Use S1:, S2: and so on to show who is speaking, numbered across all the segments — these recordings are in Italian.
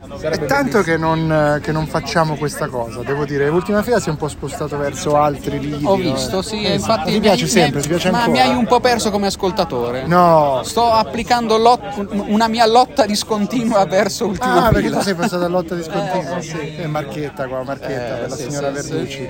S1: È tanto che non, eh, che non facciamo questa cosa, devo dire. L'ultima fila si è un po' spostato verso altri lidi.
S2: Ho visto, sì, e infatti
S1: eh, Ti piace
S2: mi-
S1: sempre, ti piace
S2: ma
S1: ancora.
S2: mi hai un po' perso come ascoltatore.
S1: No.
S2: Sto applicando lot- un- una mia lotta discontinua verso ultimo
S1: Ah, perché
S2: fila.
S1: tu sei passata a lotta discontinua. Eh, Marchetta qua, Marchetta,
S2: Eh,
S1: per la
S2: sì,
S1: signora
S2: sì,
S1: Verducci.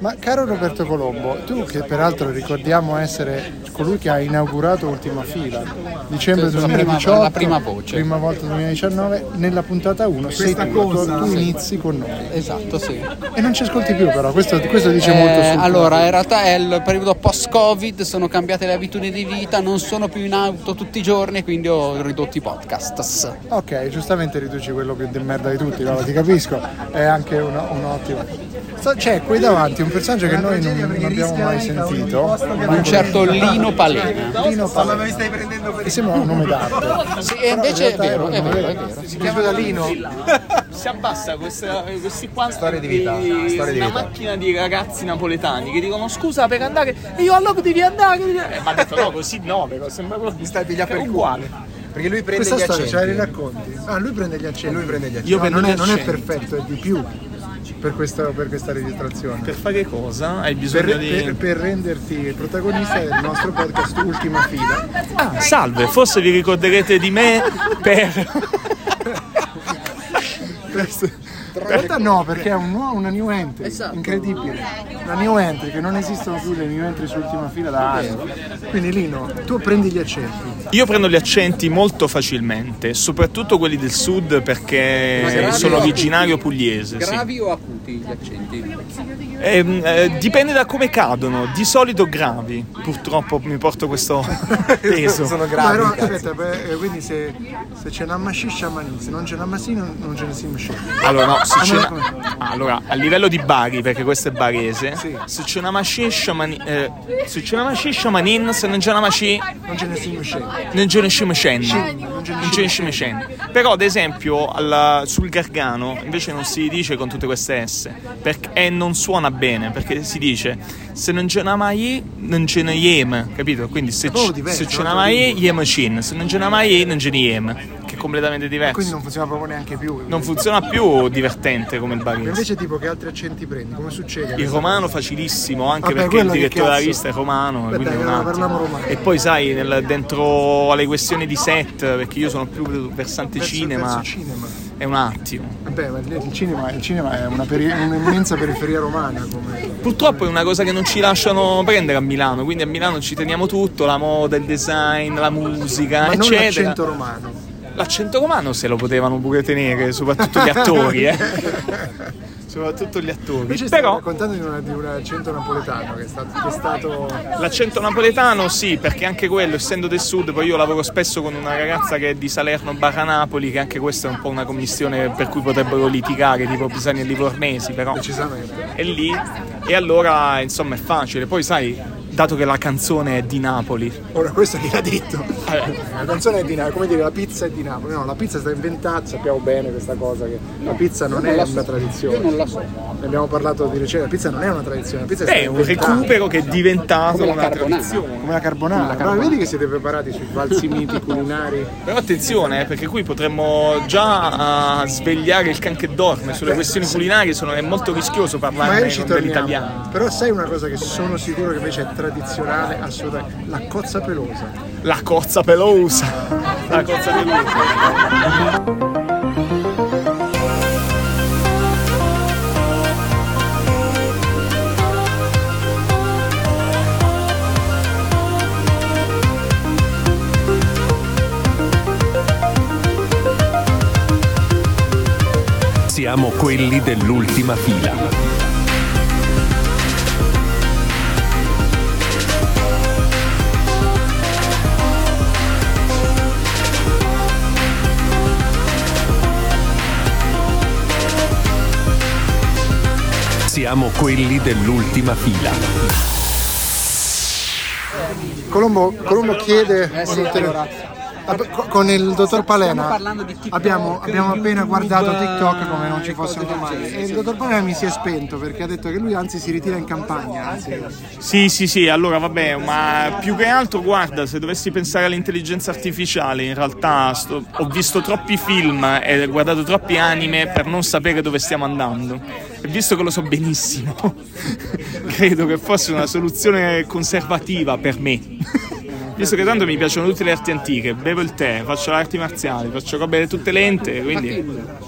S1: Ma caro Roberto Colombo, tu che peraltro ricordiamo essere colui che ha inaugurato Ultima Fila, dicembre
S2: prima-
S1: 2018,
S2: la prima voce.
S1: prima volta 2019, nella puntata 1 sei tu, tu tu inizi con noi.
S2: Esatto, sì.
S1: E non ci ascolti più però, questo, questo dice
S2: Eh,
S1: molto sul
S2: allora, in realtà è il periodo post-Covid, sono cambiate le abitudini di vita, non sono più in auto tutti i giorni, quindi ho ridotto i podcast.
S1: Ok, giustamente riduci quello più di merda di tutti, no, ti capisco, è anche una- un'ottima. So- c'è qui davanti un personaggio che noi non, non abbiamo mai sentito, ma
S2: Un certo Lino Palena.
S1: Lino Palena. Mi sembra un nome d'arte.
S2: Sì, e invece è vero, è vero, è vero.
S1: Si chiama Dalino.
S3: Si abbassa questa, questi qua
S4: Storie di vita, storie di
S3: una
S4: vita.
S3: macchina di ragazzi napoletani che dicono scusa per andare e io allora devi andare Cioè, e mi ha detto no così no però sembra proprio
S4: Sta a pigliare
S3: È
S4: per il
S3: uguale.
S4: culo. Perché lui prende
S1: Questa
S4: gli
S1: storia
S4: accenti.
S3: cioè,
S1: ce la Cioè, racconti? Ah, lui prende gli accenti.
S4: Lui prende gli accenti.
S1: Io
S4: Io
S1: non, è, non è perfetto, è di più per questa, per questa registrazione.
S3: per fare cosa hai bisogno
S1: Per,
S3: di
S1: per- per renderti protagonista del nostro podcast Ultima Fila.
S3: Ah, salve forse vi ricorderete di me per
S1: In realtà no, perché è un nuovo- una new entry, incredibile. Una new entry, che non esistono più le new entry su Ultima Fila da anni. Quindi Lino, tu prendi gli accenti.
S3: io prendo gli accenti molto facilmente soprattutto quelli del sud
S2: Ma gravi
S3: perché
S2: o
S3: sono
S2: acuti?
S3: originario pugliese sì.
S2: Gravi o acuti gli accenti?
S3: Ehm, eh, dipende da come cadono di solito gravi purtroppo mi porto questo peso
S4: Sono
S1: Ma no,
S4: gravi. cazzo.
S1: aspetta, beh, eh, quindi se, se c'è una masci sciamanì, se non c'è una massi non, non ce ne si masci.
S3: Allora, no, se Ah, c'è- Ah,
S1: Allora, come?
S3: allora, a livello di Bari, perché questo è barese,
S1: Sì.
S3: se c'è una maci sciamani- eh, se c'è una maci sciamanin, se non c'è una maci
S1: Non ce ne si masci.
S3: non c'è una scimicen.
S1: non
S3: Non
S1: c'è
S3: c'è
S1: una
S3: una scimicen. Però, ad esempio, alla- sul Gargano invece non si dice con tutte queste S, perché- e non suona bene, perché si dice se non c'è una mai, non c'è una yem, capito? Quindi se,
S1: proprio
S3: c-
S1: Oh, diverso,
S3: se c'è
S1: un'altra
S3: una mai, yem cin, se non c'è una mai, non c'è una yem, che è completamente
S1: Quindi
S3: diverso.
S1: non funziona proprio neanche più.
S3: Non funziona più divertente come il barese.
S1: Invece tipo che altri accenti prendi? Come succede?
S3: Il romano facilissimo, anche
S1: Esatto. Vabbè,
S3: perché
S1: quello
S3: il
S1: che
S3: direttore della
S1: cazzo.
S3: rivista è romano. e
S1: Vabbè,
S3: quindi è un
S1: allora
S3: attimo.
S1: parliamo romano.
S3: E poi sai, nel- dentro alle questioni di set, perché io sono più versante
S1: Verso-
S3: cinema,
S1: verso cinema.
S3: è un attimo.
S1: Vabbè, ma il cinema, il cinema è una peri- un'immensa periferia romana come...
S3: Purtroppo è una cosa che non ci lasciano prendere a Milano, quindi a Milano ci teniamo tutto, la moda, il design, la musica,
S1: Ma non
S3: eccetera.
S1: l'accento romano.
S3: L'accento romano se lo potevano pure tenere, soprattutto gli attori, eh. soprattutto gli attori.
S1: Invece stai
S3: Però
S1: raccontando di, una- di un accento napoletano che è stato testato...
S3: L'accento napoletano sì, perché anche quello, essendo del sud, poi io lavoro spesso con una ragazza che è di Salerno barra Napoli, che anche questa è un po' una commissione per cui potrebbero litigare, tipo Pisani e Livornesi, però
S1: Decisamente.
S3: è lì. E allora, insomma, è facile. Poi sai, dato che la canzone è di Napoli,
S1: Ora questo chi l'ha detto?
S3: Eh.
S1: La canzone è di Napoli, come dire la pizza è di Napoli. No, la pizza è stata inventata, sappiamo bene questa cosa che la pizza non è una tradizione.
S2: Io non la so.
S1: Ne abbiamo parlato di recente, la pizza non è una tradizione, la pizza è
S3: beh,
S1: stata
S3: è un
S1: inventata.
S3: recupero che è diventato
S2: Come la
S3: una
S2: carbonara.
S3: tradizione.
S1: Come la carbonara. Ma vedi che siete preparati sui falsi miti culinari.
S3: Però attenzione, eh, perché qui potremmo già ah, svegliare il can che dorme sulle questioni culinarie, sono, è molto rischioso
S1: Magari
S3: parlarne
S1: ci
S3: con
S1: torniamo.
S3: degli italiani.
S1: Però sai una cosa che sono sicuro che invece è tradizionale, assolutamente, la cozza pelosa.
S3: La cozza pelosa. La cozza pelosa.
S5: Siamo quelli dell'ultima fila. Siamo quelli dell'ultima fila.
S1: Colombo, Colombo chiede
S2: Eh sì,
S1: volontario-
S2: Eh, allora,
S1: ab- co- con il dottor Palena
S2: parlando di TikTok,
S1: abbiamo, abbiamo appena
S2: YouTube,
S1: guardato TikTok come non ci
S2: eh,
S1: fosse
S2: cose
S1: un
S2: del
S1: domani
S2: genere,
S1: e il dottor Palena mi si è spento perché ha detto che lui anzi si ritira in campagna anzi
S3: Sì, sì, sì, allora vabbè, ma più che altro guarda, se dovessi pensare all'intelligenza artificiale, in realtà sto- ho visto troppi film e guardato troppi anime per non sapere dove stiamo andando. E visto che lo so benissimo, credo che fosse una soluzione conservativa per me. Visto che tanto mi piacciono tutte le arti antiche, bevo il tè, faccio le arti marziali, faccio robe tutte lente, quindi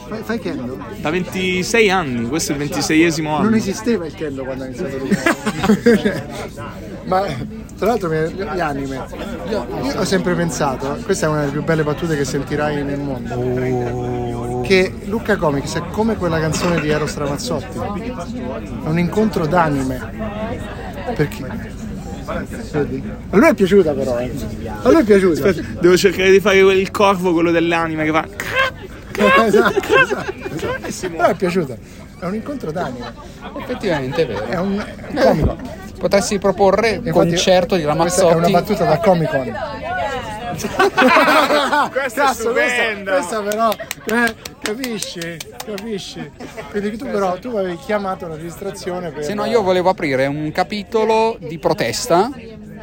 S1: fai, fai kendo?
S3: da 26 anni, questo è il 26esimo
S1: non
S3: anno.
S1: esisteva il kendo quando ha iniziato lui ma tra l'altro mi- gli anime io, io ho sempre pensato questa è una delle più belle battute che sentirai nel mondo che Luca Comics è come quella canzone di Eros Ramazzotti è un incontro d'anime perché Vedi? a lui è piaciuta però eh. a lui è piaciuta
S3: Devo cercare di fare il corvo, quello dell'anime che fa...
S1: esatto, esatto, esatto. Però è piaciuta è un incontro d'anime
S2: Effettivamente è vero.
S1: è un è un comico
S2: Potresti proporre un
S1: Infatti,
S2: concerto di
S1: questa È una
S2: Ramazzotti.
S1: battuta da Comic Con.
S3: Questa è stupenda.
S1: Questa, questa però, eh, capisci? Capisci? Quindi tu però tu avevi chiamato la distrazione per
S2: Se no io volevo aprire un capitolo di protesta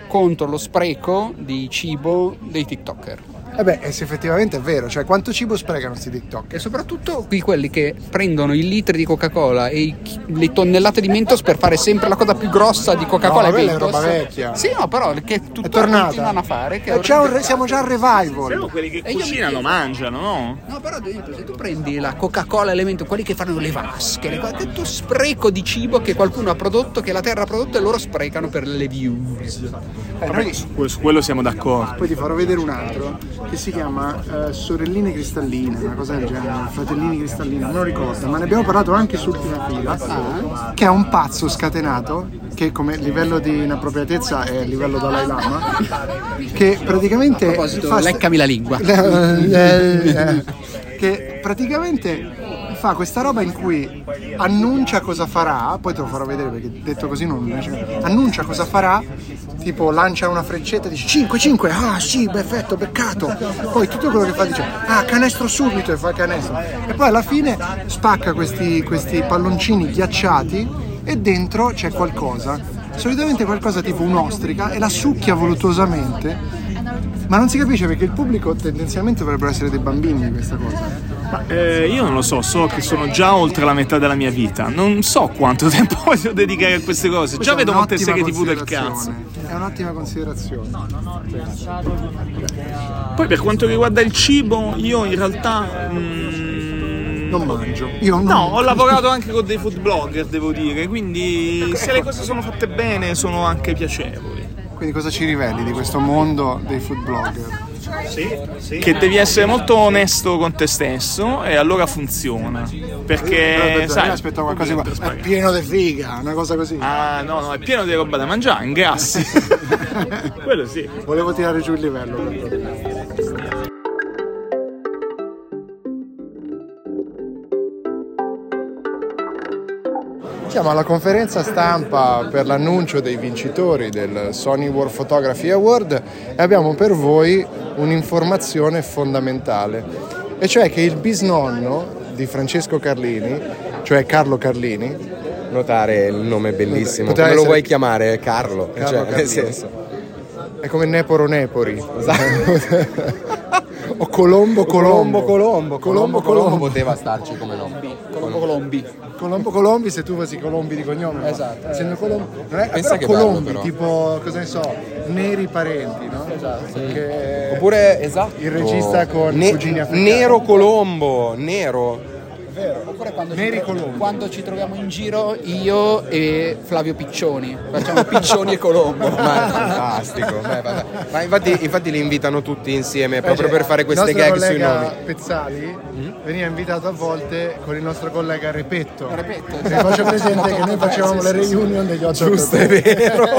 S2: contro lo spreco di cibo dei TikToker.
S1: Eh beh, eh, se effettivamente è vero, cioè quanto cibo sprecano sti TikTok?
S2: E soprattutto qui quelli che prendono i litri di Coca-Cola e i chi- le tonnellate di Mentos per fare sempre la cosa più grossa di
S1: No,
S2: Coca-Cola e
S1: quella è
S2: Mentos.
S1: roba vecchia.
S2: Sì, no, però che
S1: È
S2: tutto
S1: tornata.
S2: continuano a fare. Che è
S1: Eh, c'è un re-
S2: orribile.
S1: siamo già al revival.
S3: quelli che
S2: E io mi chiedo-
S3: mangiano, no?
S2: No, però ad esempio, se tu prendi la Coca-Cola elemento, quelli che fanno le vasche, le cose, tutto spreco di cibo che qualcuno ha prodotto, che la terra ha prodotto e loro sprecano per le views.
S1: Eh, noi-
S3: Su quello siamo d'accordo.
S1: poi ti farò vedere un altro che si chiama eh, Sorelline Cristalline, una cosa del genere, Fratellini Cristalline, non me lo ricordo, ma ne abbiamo parlato anche sull'ultima fila, che è un pazzo scatenato, che come livello di inappropriatezza è livello Dalai Lama, che praticamente...
S2: proposito,
S1: fa-
S2: leccami la lingua.
S1: Eh, che praticamente fa questa roba in cui annuncia cosa farà, poi te lo farò vedere perché detto così non annuncia cosa farà, tipo lancia una freccetta e dice 5 5, ah sì, perfetto, beccato. Poi tutto quello che fa dice "Ah, canestro subito" e fa canestro. E poi alla fine spacca questi questi palloncini ghiacciati e dentro c'è qualcosa. Solitamente qualcosa tipo un'ostrica e la succhia voluttuosamente ma non si capisce perché il pubblico tendenzialmente dovrebbero essere dei bambini in questa cosa.
S3: Eh, io non lo so, so che sono già oltre la metà della mia vita. Non so quanto tempo voglio dedicare a queste cose. Già
S1: Questa è
S3: vedo molte
S1: un'ottima
S3: serie tv del cazzo.
S1: considerazione. È un'ottima considerazione.
S3: Poi per quanto riguarda il cibo, io in realtà. mm,
S1: Non mangio. Io non
S3: No, ho lavorato anche con dei food blogger, devo dire, quindi se le cose sono fatte bene sono anche piacevoli.
S1: Quindi cosa ci riveli di questo mondo dei food blogger?
S3: Che devi essere molto onesto con te stesso e allora funziona. Perché
S1: Però,
S3: Eh, sai,
S1: io aspettavo qualcosa
S3: dentro
S1: tipo, è
S3: spaghetti.
S1: pieno di figa, una cosa così.
S3: Ah, no, no, è pieno di roba da mangiare, ingrassi. Quello sì.
S1: Volevo tirare giù il livello. Siamo alla conferenza stampa per l'annuncio dei vincitori del Sony World Photography Award e abbiamo per voi un'informazione fondamentale, e cioè che il bisnonno di Francesco Carlini, cioè Carlo Carlini,
S6: Notare il nome è bellissimo.
S1: Poteva
S6: Come lo
S1: essere-
S6: vuoi chiamare? Carlo.
S1: Carlo
S6: cioè,
S1: Carlini.
S6: nel senso.
S1: è come Neporo Nepori, o Colombo Colombo.
S6: Esatto. Colombo, Colombo.
S1: Colombo,
S6: Colombo
S1: Colombo.
S6: poteva starci come nome.
S2: Colombo Colombi.
S1: Colombo Colombi se tu fossi Colombi di cognome. Esatto. Essendo Colombo. Non è,
S6: eh. Pensa
S1: però
S6: che
S1: Colombi,
S6: bello, però.
S1: tipo, cosa ne so, neri parenti, no? Esatto.
S6: Oppure, esatto.
S1: Il regista con Cugini Africani.
S6: Nero Colombo, nero.
S2: Oppure quando
S1: Neri
S2: ci, tro-
S1: Colombi.
S2: quando ci troviamo in giro io e Flavio Piccioni. Facciamo Piccioni e Colombo.
S6: Ma è fantastico. ma è fantastico. Ma infatti, infatti li invitano tutti insieme proprio per fare queste
S1: Eh, cioè, il nostro
S6: gag sui
S1: collega
S6: nomi. Mhm.
S1: Pezzali veniva invitato a volte con il nostro collega Repetto.
S2: Repetto,
S1: Vi faccio
S6: esatto.
S1: presente che noi facevamo le reunion degli otto
S6: Giusto, è vero.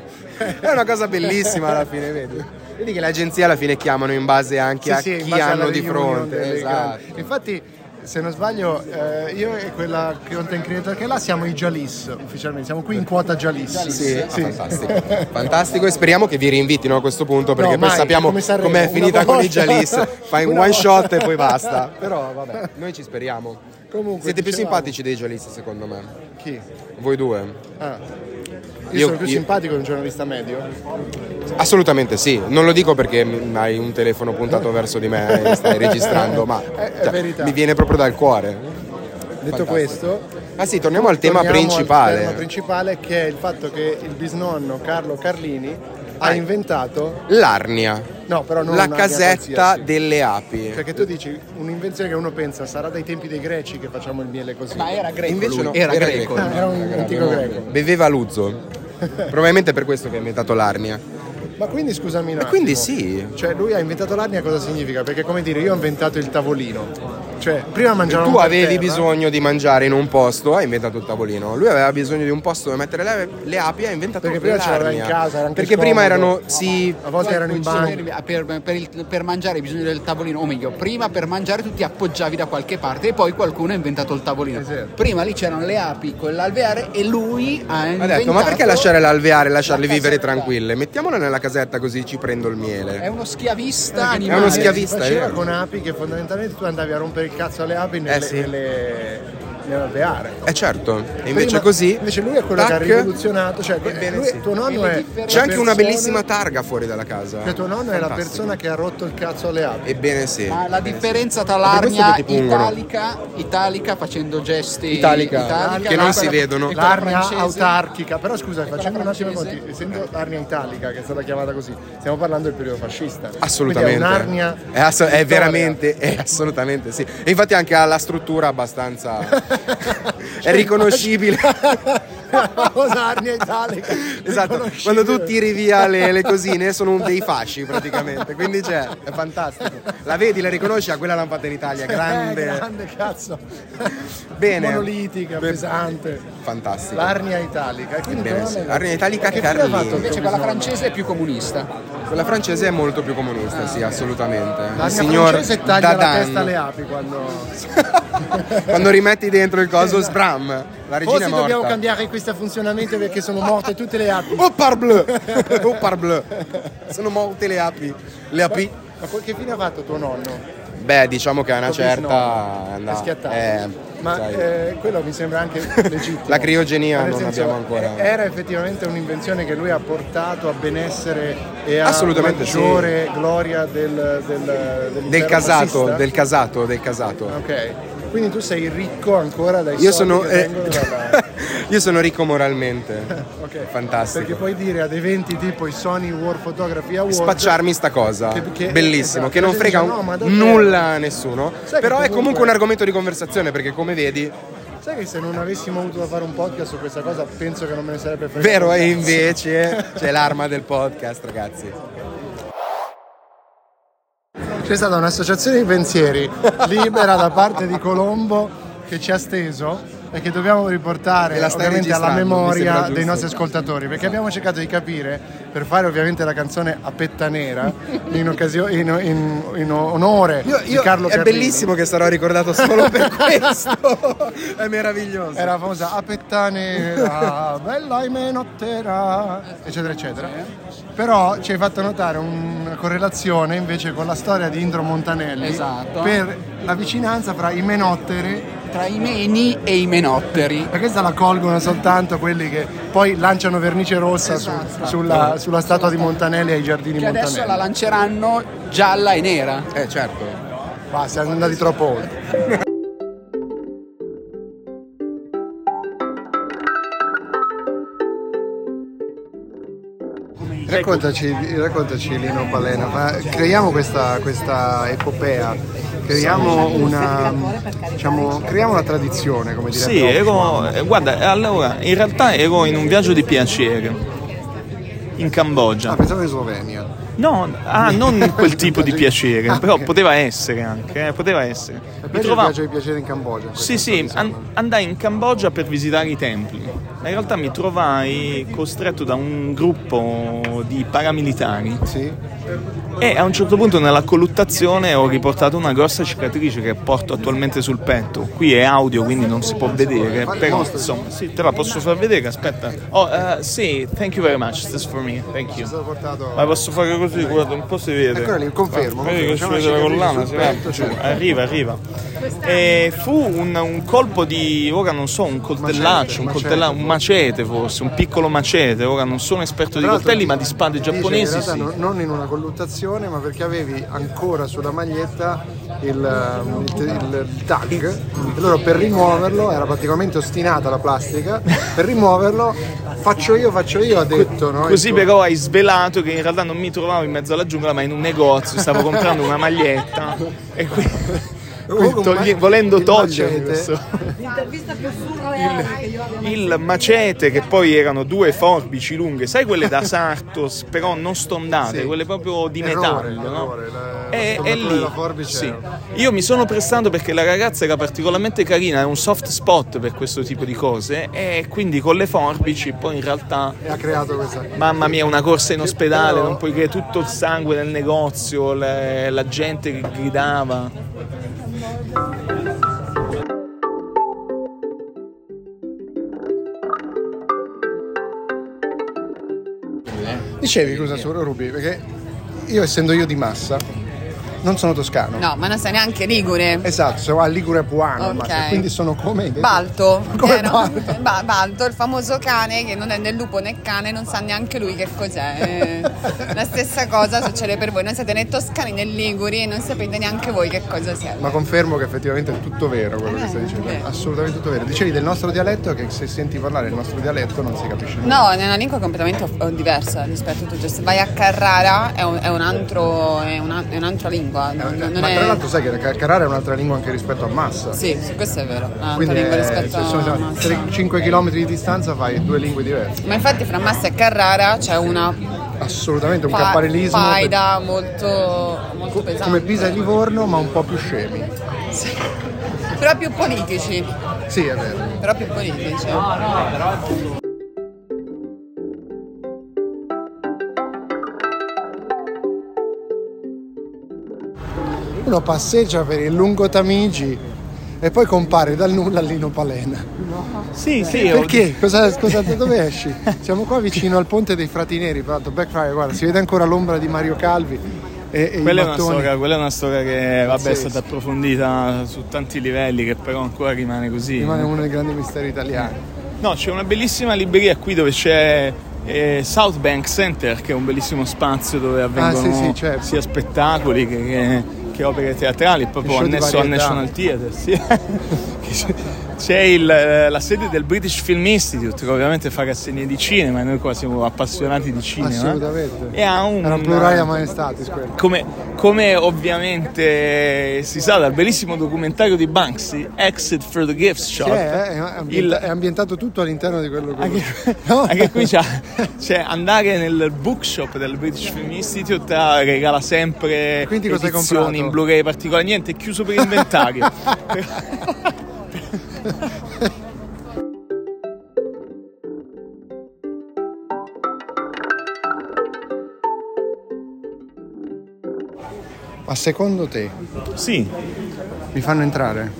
S6: è una cosa bellissima alla fine, vedi? Vedi che le agenzie alla fine chiamano in base
S1: Sì,
S6: anche a
S1: sì, in
S6: chi
S1: base alla
S6: hanno di
S1: reunion
S6: fronte.
S1: delle
S6: Esatto.
S1: grandi- Infatti
S7: se non sbaglio, eh, io e quella content creator che è là siamo i Jalis ufficialmente, siamo qui in quota Jalis.
S6: Sì, ah, fantastico. Fantastico e speriamo che vi rinvitino a questo punto perché
S7: No,
S6: poi
S7: mai,
S6: sappiamo
S7: come Sanremo,
S6: com'è
S7: una
S6: finita con i
S7: volta.
S6: Jalis. Fai un
S7: Una
S6: one
S7: volta.
S6: shot e poi basta. Però vabbè, noi ci speriamo.
S7: Comunque,
S6: Siete più
S7: dicevamo-
S6: simpatici dei Jalis secondo me.
S7: Chi?
S6: Voi due?
S7: Ah. Io,
S6: Io-
S7: sono più
S6: io-
S7: simpatico di un giornalista medio.
S6: Assolutamente sì, non lo dico perché mi- hai un telefono puntato verso di me e stai registrando, ma
S7: È- Eh, è
S6: cioè,
S7: verità.
S6: mi viene proprio dal cuore.
S7: Detto
S6: Fantastico.
S7: questo,
S6: Ah sì, torniamo al tema
S7: Torniamo
S6: principale.
S7: Al tema principale che è il fatto che il bisnonno Carlo Carlini ha
S6: Ah.
S7: inventato
S6: L'Arnia,
S7: No, però non
S6: la
S7: un'arnia
S6: casetta
S7: qualsiasi.
S6: delle api.
S7: perché tu dici un'invenzione che uno pensa sarà dai tempi dei greci che facciamo il miele così.
S2: Ma era greco.
S6: Eh, Invece
S2: lui,
S6: no,
S2: era,
S6: era
S2: greco.
S6: greco.
S7: Ah, era un antico greco.
S6: Beveva l'uzzo. Probabilmente è per questo che ha inventato l'Arnia.
S7: Ma quindi scusami un
S6: E quindi
S7: attimo.
S6: sì.
S7: Cioè lui ha inventato l'arnia cosa significa? Perché come dire, io ho inventato il tavolino. Cioè, prima mangiavamo
S6: Tu
S7: per
S6: avevi
S7: terra.
S6: bisogno di mangiare in un posto, hai inventato il tavolino. Lui aveva bisogno di un posto dove mettere le, le api, ha inventato
S7: Perché prima ce
S6: l'Arnia.
S7: l'aveva in casa, era anche
S6: Perché prima
S7: scomodo.
S6: erano sì,
S7: a volte erano in bagno.
S2: Per, per il- per mangiare hai bisogno del tavolino, o meglio, prima per mangiare tu ti appoggiavi da qualche parte e poi qualcuno ha inventato il tavolino.
S7: Esatto.
S2: Prima lì c'erano le api con l'alveare e lui ha
S6: Ha
S2: inventato...
S6: detto, ma perché lasciare l'alveare e lasciarli
S2: la
S6: vivere
S2: casetta?"
S6: tranquille? Mettiamolo nella casetta così ci prendo il
S2: È
S6: miele.
S2: uno schiavista
S6: uno
S2: animale.
S6: schiavista.
S7: Eh,
S6: eh.
S7: Si
S6: è
S7: faceva
S6: vero.
S7: con api che fondamentalmente tu andavi a rompere il cazzo alle api nelle,
S6: Eh, sì.
S7: nelle- nell'alveare.
S6: Eh certo, e invece
S7: Prima-
S6: così.
S7: Invece lui è quello che ha
S6: tac,
S7: rivoluzionato. Cioè,
S6: Ebbene
S7: lui-
S6: sì.
S7: tuo nonno è. la
S6: C'è anche una
S7: persona-
S6: bellissima targa fuori dalla casa.
S7: Cioè, tuo nonno è la
S6: Fantastico.
S7: persona che ha rotto il cazzo alle api.
S6: Ebbene Eh, sì.
S7: Ah,
S2: Ma la differenza tra
S6: Perché questo
S2: l'arnia
S6: che ti pungono.
S2: italica, italica facendo gesti
S6: Italica, che non
S2: e
S6: si
S2: quella-
S6: vedono.
S2: e quella
S7: L'arnia
S2: francese.
S7: autarchica, però scusa,
S2: quella
S7: facciamo un attimo i
S2: francese?
S7: conti. Essendo l'arnia italica, che è stata chiamata così, stiamo parlando del periodo fascista.
S6: Assolutamente.
S7: Quindi è un'arnia.
S6: È, ass- è
S7: vittoria.
S6: veramente, è assolutamente sì. E infatti anche ha la struttura abbastanza. è
S7: Cioè,
S6: riconoscibile.
S7: un'arnia italica.
S6: Esatto, quando tu tiri via le, le cosine sono un- dei fasci praticamente, quindi cioè, è fantastico. La vedi, la riconosci, ah, quella l'hanno fatta in Italia,
S7: eh, Grande.
S6: grande,
S7: grande cazzo.
S6: Bene.
S7: Monolitica,
S6: Beh,
S7: pesante.
S6: fantastico.
S7: L'arnia italica. E quindi
S6: Ebbene
S7: tuo
S6: sì,
S7: nonno è-
S6: l'arnia italica
S7: Perché tu l'hai
S6: Carlini.
S7: fatto il
S2: Invece
S7: tuo
S2: quella
S7: bisnonno?
S2: francese è più comunista.
S6: Quella francese è molto più comunista, sì, assolutamente.
S7: Ah, La
S6: Il
S7: mia
S6: signor
S7: francese taglia la testa alle
S6: Dadan.
S7: api quando.
S6: Quando rimetti dentro il coso sbram, la regina
S7: Esatto. Forse
S6: è
S7: dobbiamo
S6: morta.
S7: cambiare questo funzionamento perché sono morte tutte le api.
S6: Oh parbleu! Oh parbleu! Sono morte le api. Le api.
S7: Ma poi che fine ha fatto tuo nonno?
S6: Beh, diciamo che è una
S7: Tuo
S6: certa.
S7: bisnonno?
S6: andà-
S7: È schiattato.
S6: eh,
S7: Ma
S6: sai.
S7: eh, quello mi sembra anche legittimo.
S6: La criogenia
S7: Ma nel
S6: non abbiamo ancora.
S7: Era effettivamente un'invenzione che lui ha portato a benessere e a
S6: Assolutamente sì.
S7: maggiore gloria del, del,
S6: del
S7: dell'impero
S6: casato,
S7: fascista?
S6: del casato, del casato.
S7: Ok. Quindi tu sei ricco ancora dai
S6: Io
S7: Ah, soldi
S6: sono,
S7: che
S6: eh,
S7: vengono dalla-
S6: io sono ricco moralmente.
S7: Ok. Perché
S6: Fantastico.
S7: puoi dire ad eventi tipo i Sony War Photography Award
S6: Spacciarmi sta cosa,
S7: Che- che-
S6: bellissimo,
S7: esatto,
S6: che non
S7: la
S6: frega
S7: gente dice, "No, ma davvero?"
S6: nulla a nessuno,
S7: Sai che
S6: però è
S7: comunque-
S6: comunque un argomento di conversazione perché come vedi,
S7: Sai che se non avessimo avuto da fare un podcast su questa cosa penso che non me ne sarebbe fregato
S6: vero e
S7: niente.
S6: invece c'è l'arma del podcast ragazzi.
S7: C'è stata un'associazione di pensieri libera da parte di Colombo che ci ha steso e che dobbiamo riportare
S6: E la stai
S7: ovviamente alla
S6: registrando, mi
S7: memoria
S6: sembra
S7: dei
S6: giusto.
S7: nostri ascoltatori perché abbiamo cercato di capire per fare ovviamente la canzone a petta nera in, occasio- in- in- in onore
S6: Io-
S7: di
S6: io-
S7: Carlo
S6: è
S7: Carlini.
S6: bellissimo che sarò ricordato solo per questo, è meraviglioso.
S7: Era la famosa a petta nera, bella imenottera, eccetera, eccetera. Però ci hai fatto notare una correlazione invece con la storia di Indro Montanelli
S2: Esatto.
S7: per la vicinanza fra i menotteri,
S2: Tra i meni e i menotteri.
S7: perché questa la colgono soltanto quelli che poi lanciano vernice rossa su-
S2: Esatto.
S7: sulla, sulla statua di Montanelli ai giardini
S2: Che adesso la
S7: Montanelli.
S2: lanceranno gialla e nera.
S6: Eh certo.
S7: Ma siamo andati troppo oltre. Raccontaci, raccontaci Lino Palena, ma creiamo questa, questa epopea, creiamo una, diciamo, creiamo una tradizione, come dire.
S3: Sì, ero, eh, guarda, allora in realtà ero in un viaggio di piacere in
S7: Ah,
S3: Cambogia.
S7: pensavo in Slovenia.
S3: No, ah, non quel tipo di piacere,
S7: Ah,
S3: però
S7: ok.
S3: poteva essere anche, eh, poteva essere.
S7: E Mi
S3: trovavo-
S7: piace piacere in Cambogia.
S3: Sì, sì, an- andai in Cambogia per visitare i templi. In realtà mi trovai costretto da un gruppo di paramilitari
S7: Sì.
S3: e a un certo punto nella colluttazione ho riportato una grossa cicatrice che porto attualmente sul petto. Qui è audio quindi non si può vedere, però insomma, sì, te la posso far vedere, aspetta. Oh, eh, sì, thank you very much, this is for me, thank you.
S7: Sono portato.
S3: Ma posso fare così, guarda, un po' si vede.
S7: Ancora lì, confermo,
S3: Vedi che si
S7: confermo.
S3: vede la
S7: C'è una
S3: collana, si
S7: cicatrice
S3: vede.
S7: sul petto, c'è.
S3: Arriva, arriva. E fu un, un colpo di, ora non so, un coltellaccio, un,
S7: Macete,
S3: coltella- un macete forse, un piccolo macete. Ora non sono esperto di
S7: Tra l'altro
S3: coltelli, ma di spade
S7: dice che in
S3: giapponesi
S7: realtà
S3: sì.
S7: no- non in una colluttazione, ma perché avevi ancora sulla maglietta il, um, il te- il- il tag. E loro per rimuoverlo, era praticamente ostinata la plastica, per rimuoverlo faccio io, faccio io, ha detto. no?
S3: Così
S7: Il-
S3: però hai svelato che in realtà non mi trovavo in mezzo alla giungla, ma in un negozio, stavo comprando una maglietta e qui...
S7: Comunque un
S3: togli-
S7: ma-
S3: volendo
S7: il
S3: togliermi
S7: macete.
S3: questo-
S8: L'intervista più surreale che io abbia mai
S3: il macete che poi erano due forbici lunghe, sai quelle da Sartos, però non stondate,
S7: Sì.
S3: quelle proprio di
S7: Errore,
S3: metallo, no?
S7: errore,
S3: E,
S7: la- la
S3: e
S7: stondatura
S3: lì,
S7: della forbice
S3: sì.
S7: era-
S3: io mi sono prestato perché la ragazza era particolarmente carina, è un soft spot per questo tipo di cose e quindi con le forbici poi in realtà
S7: E ha creato questa.
S3: Mamma mia, una corsa in
S7: Che
S3: ospedale,
S7: però-
S3: non puoi credere, tutto il sangue nel negozio, le- la gente che gridava.
S7: Dicevi cosa solo Rubi, perché io essendo io di massa, non sono toscano.
S8: No, ma non sei neanche ligure.
S7: Esatto, sono a Ligure Puano,
S8: Ok.
S7: ma- quindi sono come...
S8: Balto,
S7: Come
S8: Era-
S7: Balto?
S8: Ba- Balto, il famoso cane che non è né lupo né cane, non sa neanche lui che cos'è. Eh, La stessa cosa succede per voi, non siete né toscani né liguri e non sapete neanche voi che cosa sia.
S7: Ma confermo che effettivamente è tutto vero quello
S8: Eh,
S7: che stai dicendo,
S8: vero.
S7: assolutamente tutto vero. Dicevi del nostro dialetto che se senti parlare il nostro dialetto non si capisce nulla.
S8: No, è una lingua completamente off- diversa rispetto a tutto. Se vai a Carrara è, un- è un altro- è una- è un'altra lingua. non-
S7: Eh,
S8: non
S7: ma
S8: è-
S7: tra l'altro sai che la Carrara è un'altra lingua anche rispetto a Massa.
S8: Sì, su questo è vero, è un'altra
S7: Quindi
S8: lingua
S7: è-
S8: rispetto
S7: se sono
S8: a...
S7: siamo a
S8: Massa.
S7: 5 km di distanza fai due lingue diverse.
S8: Ma infatti fra Massa e Carrara c'è una
S7: Assolutamente un
S8: fa-
S7: capparilismo
S8: faida molto, molto pesante.
S7: come Pisa e Livorno ma un po' più scemi.
S8: Però più politici,
S7: Sì, è vero.
S8: però più politici.
S7: Uno passeggia per il lungo Tamigi e poi compare dal nulla Lino Palena.
S3: Sì, sì, ho-
S7: Perché? Cosa, cosa, da dove esci? Siamo qua vicino al ponte dei Frati Neri, tra l'altro, Backfire, guarda, si vede ancora l'ombra di Mario Calvi e, e i
S3: Quella è, una
S7: mattoni.
S3: storia, quella è una storia che vabbè, è
S7: Sì,
S3: stata
S7: sì.
S3: approfondita su tanti livelli, che però ancora rimane così.
S7: Rimane uno dei grandi misteri italiani.
S3: No, c'è una bellissima libreria qui dove c'è eh, South Bank Center, che è un bellissimo spazio dove avvengono
S7: Ah, sì, sì, certo.
S3: sia spettacoli che, che- che opere teatrali, è proprio
S7: show di
S3: annesso al
S7: varietà.
S3: National Theatre. sì. C'è- C'è il, eh, la sede del British Film Institute che ovviamente fa rassegne di cinema e noi qua siamo appassionati di cinema.
S7: Assolutamente.
S3: E ha un,
S7: Era pluraia maestatis quello.
S3: come, come ovviamente si sa dal bellissimo documentario di Banksy, Exit for the Gift Shop,
S7: Sì, è, è ambienta- è ambientato tutto all'interno di quello che...
S3: anche,
S7: No?
S3: anche qui c'è, c'è andare nel bookshop del British Film Institute eh, regala sempre
S7: Quindi cosa hai
S3: edizioni
S7: comprato?
S3: in Blu-ray particolari niente è chiuso per inventario
S7: Ma secondo te
S3: sì
S7: mi fanno entrare?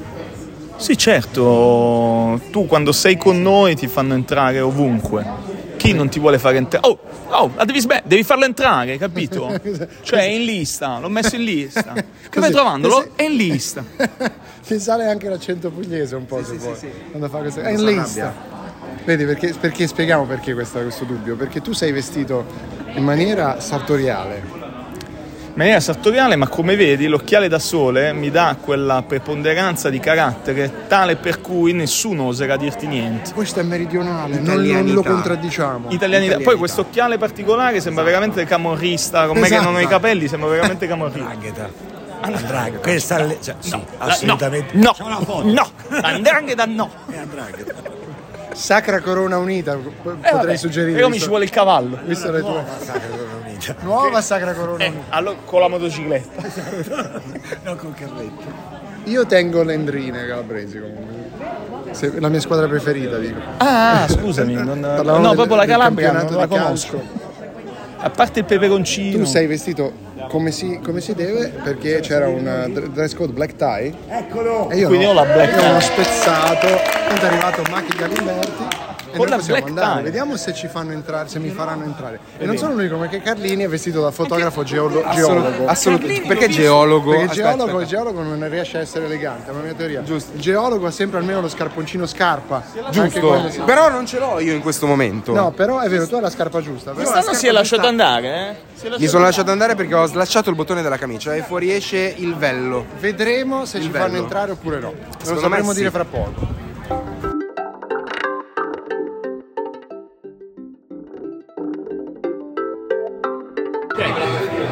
S3: sì certo tu quando sei con noi ti fanno entrare ovunque chi non ti vuole fare entrare oh, oh la devi, sbe- devi farlo entrare capito cioè è in lista l'ho messo in lista come
S7: Così.
S3: trovandolo è in lista
S7: Ti sale anche l'accento pugliese un po' se vuoi. Quando fa questa... È in lista. Vedi, perché, perché- spieghiamo perché questa- questo dubbio? Perché tu sei vestito in maniera sartoriale.
S3: in maniera sartoriale, ma come vedi l'occhiale da sole mi dà quella preponderanza di carattere tale per cui nessuno oserà dirti niente.
S7: Questo è meridionale, non, non lo
S6: Italianità.
S7: contraddiciamo.
S1: Ah,
S3: Italianità. Poi questo occhiale particolare sembra veramente camorrista, con me che non ho i
S7: Esatto.
S3: capelli sembra veramente camorrista.
S9: Andrangheta. Questa le- cioè, sì, assolutamente.
S3: No,
S9: C'è una foto.
S3: no, andrangheta no.
S9: È Andrangheta.
S7: Sacra Corona Unita, po- potrei
S3: Vabbè,
S7: suggerire.
S3: Però mi
S7: visto-
S3: ci vuole il cavallo.
S7: visto le tue-
S9: Sacra Corona Unita.
S7: Nuova Sacra Corona
S3: Eh,
S7: Unita.
S3: allora con la motocicletta.
S9: No, col carretto.
S7: Io tengo Lendrine Calabresi comunque. Se- la mia squadra preferita, dico.
S3: Ah, scusami. non-
S7: Parlavamo
S3: no,
S7: del-
S3: proprio la
S7: del
S3: Calabria
S7: campionato
S3: non la
S7: di
S3: conosco.
S7: calcio.
S3: A parte il peperoncino.
S7: Tu sei vestito come si, come si deve perché c'era un eh, dre- dress code black tie. Eccolo! E io
S3: Quindi
S7: no.
S3: io la black
S7: Io
S3: tie.
S7: l'ho spezzato. Tanto è arrivato Macchi Galimberti. E
S3: Con
S7: noi
S3: la
S7: possiamo
S3: black
S7: andare.
S3: tie.
S7: Vediamo se ci fanno entrare, se mi faranno entrare. E non sono l'unico, perché Carlini è vestito da fotografo geolo- geologo.
S6: Assolutamente. Perché geologo?
S7: Perché il
S6: Aspetta,
S7: geologo,
S6: aspetta.
S7: il geologo non riesce a essere elegante, è una mia teoria. Il geologo ha sempre almeno lo scarponcino scarpa. Anche quello sì.
S6: Giusto. Però non ce l'ho io in questo momento.
S7: No, però è vero, tu hai la scarpa giusta. però la
S3: Quest'anno si è
S7: scarpa
S3: lasciato
S7: giusta-
S3: andare, eh? Si è
S6: Mi sono lasciato andare perché ho slacciato il bottone della camicia e fuoriesce il vello.
S7: Vedremo se
S6: Il
S7: ci fanno
S6: bello.
S7: entrare oppure no. Lo
S6: Secondo me
S7: sapremo
S6: sì.
S7: dire fra poco.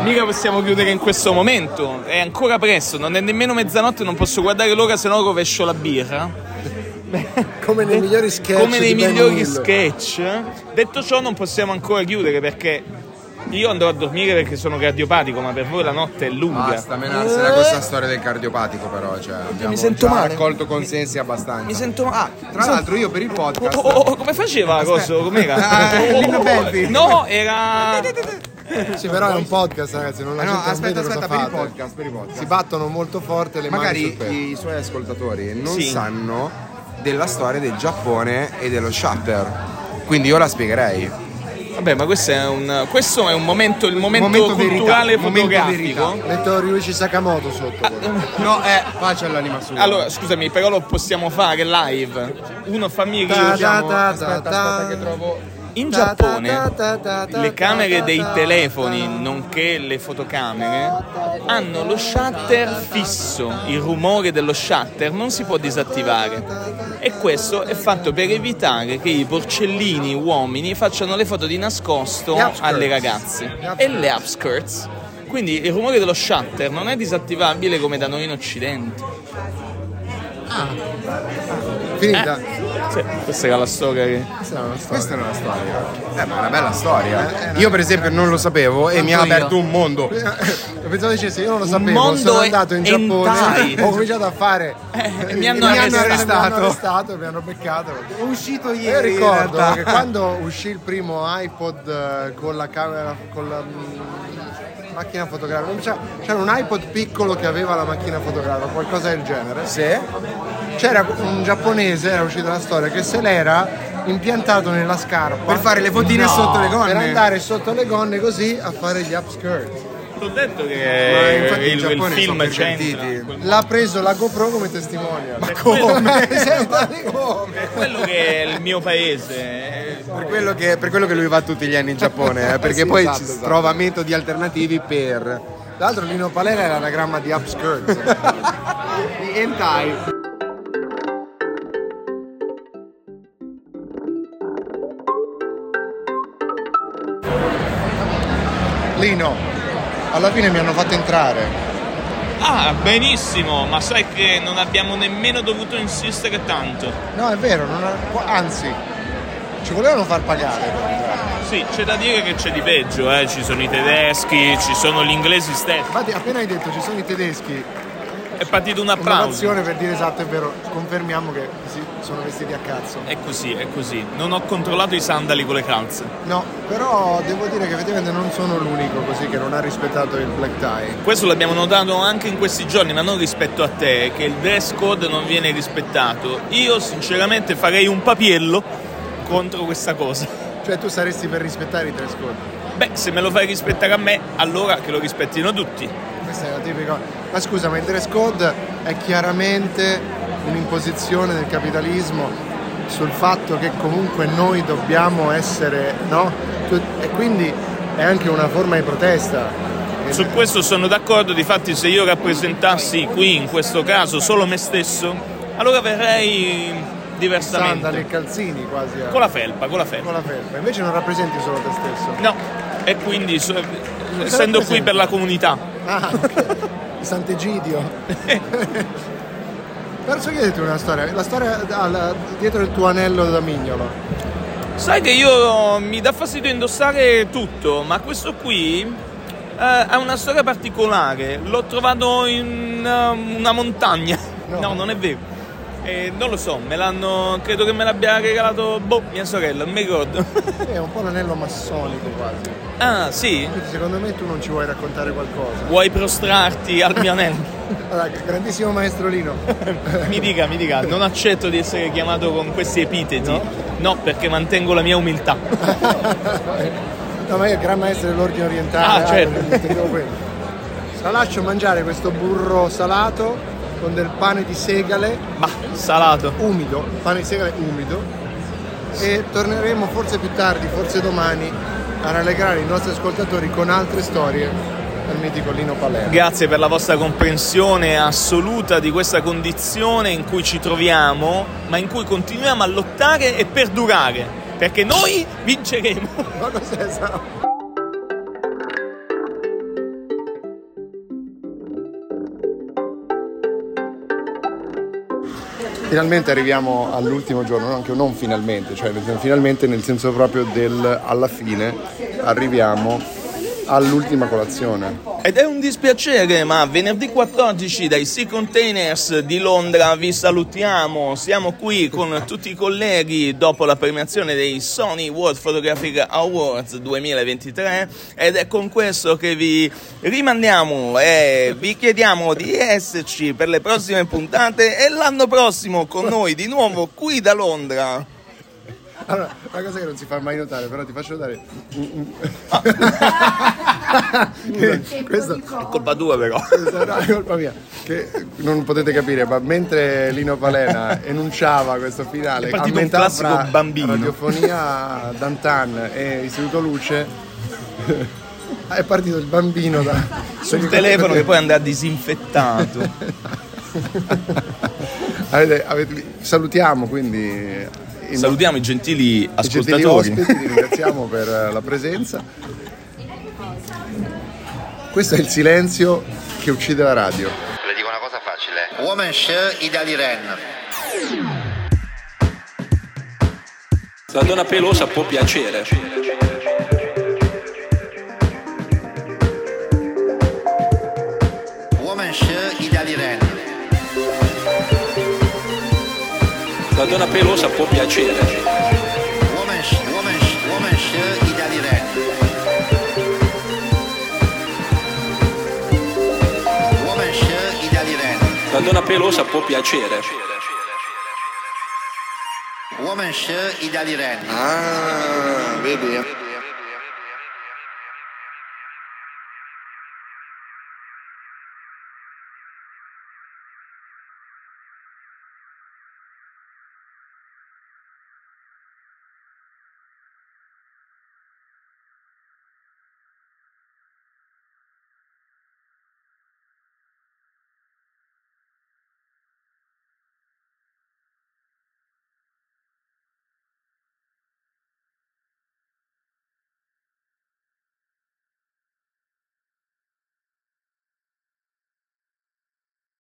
S3: Mica possiamo chiudere in questo momento, è ancora presto, non è nemmeno mezzanotte, non posso guardare l'ora se no rovescio la birra.
S7: Come nei migliori sketch.
S3: Come nei
S7: di Ben
S3: migliori
S7: Hill.
S3: sketch. Detto ciò non possiamo ancora chiudere perché io andrò a dormire perché sono cardiopatico, ma per voi la notte è lunga.
S6: Basta menarsela con questa storia del cardiopatico però, cioè, abbiamo
S3: sento
S6: già
S3: male.
S6: raccolto consensi abbastanza.
S3: Mi sento male.
S6: ah, Tra l'altro io per il podcast...
S3: Oh, oh, oh, come faceva coso? Com'era?
S6: Ah,
S3: Oh, oh, oh.
S6: Lino Belli.
S3: No, era
S7: Sì, però è un podcast, ragazzi. Non la
S6: Ah, no,
S7: gente non
S6: aspetta,
S7: vede cosa
S6: aspetta, per il
S7: fate.
S6: podcast, per il podcast.
S7: Si battono molto forte le mani sul petto.
S6: Magari i suoi ascoltatori non
S3: Sì.
S6: sanno della storia del Giappone e dello shutter. Quindi io la spiegherei.
S3: Vabbè, ma questo è un questo è un momento il momento,
S6: Momento verità,
S3: culturale
S6: momento
S3: fotografico.
S6: verità.
S7: Metto Ryuichi Sakamoto sotto. quello.
S6: No, eh, faccia l'anima sua.
S3: Allora, scusami, però lo possiamo fare live. Uno fammi
S7: Ta-
S3: riusciamo-
S7: ta- ta-
S6: aspetta,
S7: ta-
S6: aspetta che trovo
S3: In
S7: ta- ta- ta-
S3: Giappone
S7: ta- ta- ta-
S3: le
S7: ta-
S3: camere
S7: ta-
S3: dei
S7: ta-
S3: telefoni,
S7: ta-
S3: nonché le fotocamere, hanno lo shutter fisso. Il rumore dello shutter non si può disattivare. E questo è fatto per evitare che i porcellini uomini facciano le foto di nascosto
S7: Gli upskirts.
S3: alle ragazze.
S7: Gli upskirts.
S3: E le upskirts. Quindi il rumore dello shutter non è disattivabile come da noi in Occidente.
S7: Finita.
S3: Sì, questa era la storia che...
S7: Questa è una storia.
S6: Eh, Questa è una storia. Eh, ma è una bella
S7: Eh,
S6: storia. Io, per esempio, non lo sapevo e mi ha aperto un mondo.
S7: Pensavo dicesse, io non lo sapevo,
S3: mondo
S7: sono
S3: è-
S7: andato in
S3: hentai.
S7: Giappone, ho cominciato a fare...
S6: Eh,
S3: e Eh, mi hanno arrestato.
S7: Mi hanno arrestato, mi hanno beccato.
S6: È uscito ieri.
S1: Eh,
S7: Io Eh, ricordo
S6: in
S7: che
S6: realtà.
S7: quando uscì il primo iPod eh, con la camera, con la mm, macchina fotografica, c'era, c'era un iPod piccolo che aveva la macchina fotografica, qualcosa del genere.
S6: Sì.
S7: C'era un giapponese, era uscita la storia, che se l'era impiantato nella scarpa
S6: Per fare le fotine sotto le gonne.
S7: per andare sotto le gonne così a fare gli upskirt.
S3: Ti ho detto
S6: Ma
S3: che
S6: infatti in
S3: il, il
S6: Giappone sono
S3: film c'entra.
S6: pervertiti.
S7: L'ha preso la GoPro come testimonial. Ma
S3: come?
S7: come?
S3: Quello che è il mio paese.
S6: Per quello, che, per quello che lui va tutti gli anni in Giappone, eh, perché
S7: Sì,
S6: poi
S7: esatto,
S6: ci
S7: esatto.
S6: trova metodi alternativi per.
S7: Tra l'altro Lino Palera è l'anagramma di upskirt.
S6: Di hentai.
S7: Lino, alla fine mi hanno fatto entrare.
S3: Ah, benissimo, ma sai che non abbiamo nemmeno dovuto insistere tanto.
S7: No, è vero, non ha- anzi, ci volevano far pagare.
S3: Sì, c'è da dire che c'è di peggio, eh. Ci sono i tedeschi, ci sono gli inglesi stessi.
S7: Infatti, appena hai detto ci sono i tedeschi,
S3: È partito un applauso.
S7: un'azione per dire esatto, è vero, confermiamo che sì, sono vestiti a cazzo.
S3: È così, è così. Non ho controllato i sandali con le calze.
S7: No, però devo dire che effettivamente non sono l'unico così che non ha rispettato il black tie.
S3: Questo l'abbiamo notato anche in questi giorni, ma non rispetto a te, che il dress code non viene rispettato. Io sinceramente farei un papiello contro questa cosa.
S7: Cioè tu saresti per rispettare i tre scontri.
S3: Beh, se me lo fai rispettare a me, allora che lo rispettino tutti.
S7: Questa è la tipica. Ma scusa, ma il dress code è chiaramente un'imposizione del capitalismo sul fatto che comunque noi dobbiamo essere, no? Tu- E quindi è anche una forma di protesta. E-
S3: Su questo sono d'accordo, difatti se io rappresentassi qui in questo caso solo me stesso, allora verrei
S7: sandali e
S3: diversamente.
S7: calzini quasi. a-
S3: Con la felpa, con la felpa.
S7: con la felpa. Invece non rappresenti solo te stesso.
S3: No, e quindi so- essendo qui per la comunità.
S7: Ah, ok. Sant'Egidio. Però so chiederti una storia, la storia al- dietro il tuo anello da mignolo.
S3: oh, Sai che io mi dà fastidio indossare tutto, ma questo qui Eh, ha una storia particolare. L'ho trovato in eh, una montagna. No, non è vero. Eh, non lo so, me l'hanno. Credo che me l'abbia regalato boh, mia sorella, non mi ricordo.
S7: È un po' l'anello massonico quasi.
S3: ah, sì?
S7: Quindi secondo me tu non ci vuoi raccontare qualcosa.
S3: Vuoi prostrarti al mio anello?
S7: Allora, grandissimo maestro Lino.
S3: Mi dica, mi dica, non accetto di essere chiamato con questi epiteti. No, perché mantengo la mia umiltà.
S7: No, ma io gran maestro dell'ordine orientale.
S3: Ah, certo.
S7: quindi intendevo quello. La lascio mangiare questo burro salato con del pane di segale
S3: Ma salato.
S7: umido, pane di segale umido e torneremo forse più tardi, forse domani, a rallegrare i nostri ascoltatori con altre storie del mitico Lino Palermo.
S3: Grazie per la vostra comprensione assoluta di questa condizione in cui ci troviamo, ma in cui continuiamo a lottare e perdurare, perché noi vinceremo.
S7: Ma cos'è sta- Finalmente arriviamo all'ultimo giorno, no, anche non finalmente, cioè nel senso- finalmente nel senso proprio del alla fine arriviamo all'ultima colazione.
S3: Ed è un dispiacere, ma venerdì 14 dai Sea Containers di Londra vi salutiamo. Siamo qui con tutti i colleghi dopo la premiazione dei Sony World Photographic Awards 2023 ed è con questo che vi rimandiamo e vi chiediamo di esserci per le prossime puntate e l'anno prossimo con noi di nuovo qui da Londra.
S7: Allora, una cosa che non si fa mai notare, però ti faccio notare. Che questo,
S3: È colpa tua però.
S7: Questa no, è colpa mia. Che non potete capire, ma mentre Lino Palena enunciava questo finale,
S3: È partito
S7: a
S3: un
S7: metà
S3: classico
S7: fra
S3: bambino.
S7: radiofonia Dantan e Istituto Luce è partito il bambino da,
S3: Sul telefono che poi andrà disinfettato.
S7: Avete- avete- salutiamo quindi i
S3: Salutiamo i gentili
S7: i gentili
S3: ascoltatori.
S7: ospiti, vi ringraziamo per eh, la presenza. Questo è il silenzio che uccide la radio.
S10: Le dico una cosa facile. Woman Share Idali Ren.
S11: La donna pelosa può piacere.
S10: Woman Share Idali Ren.
S11: La donna pelosa può piacere.
S10: Woman Sh- Woman Sh- Woman Share Idali Ren. Woman Share Idali Ren.
S11: La donna pelosa può piacere.
S10: Woman Share Idali Ren.
S12: Ah, vedi?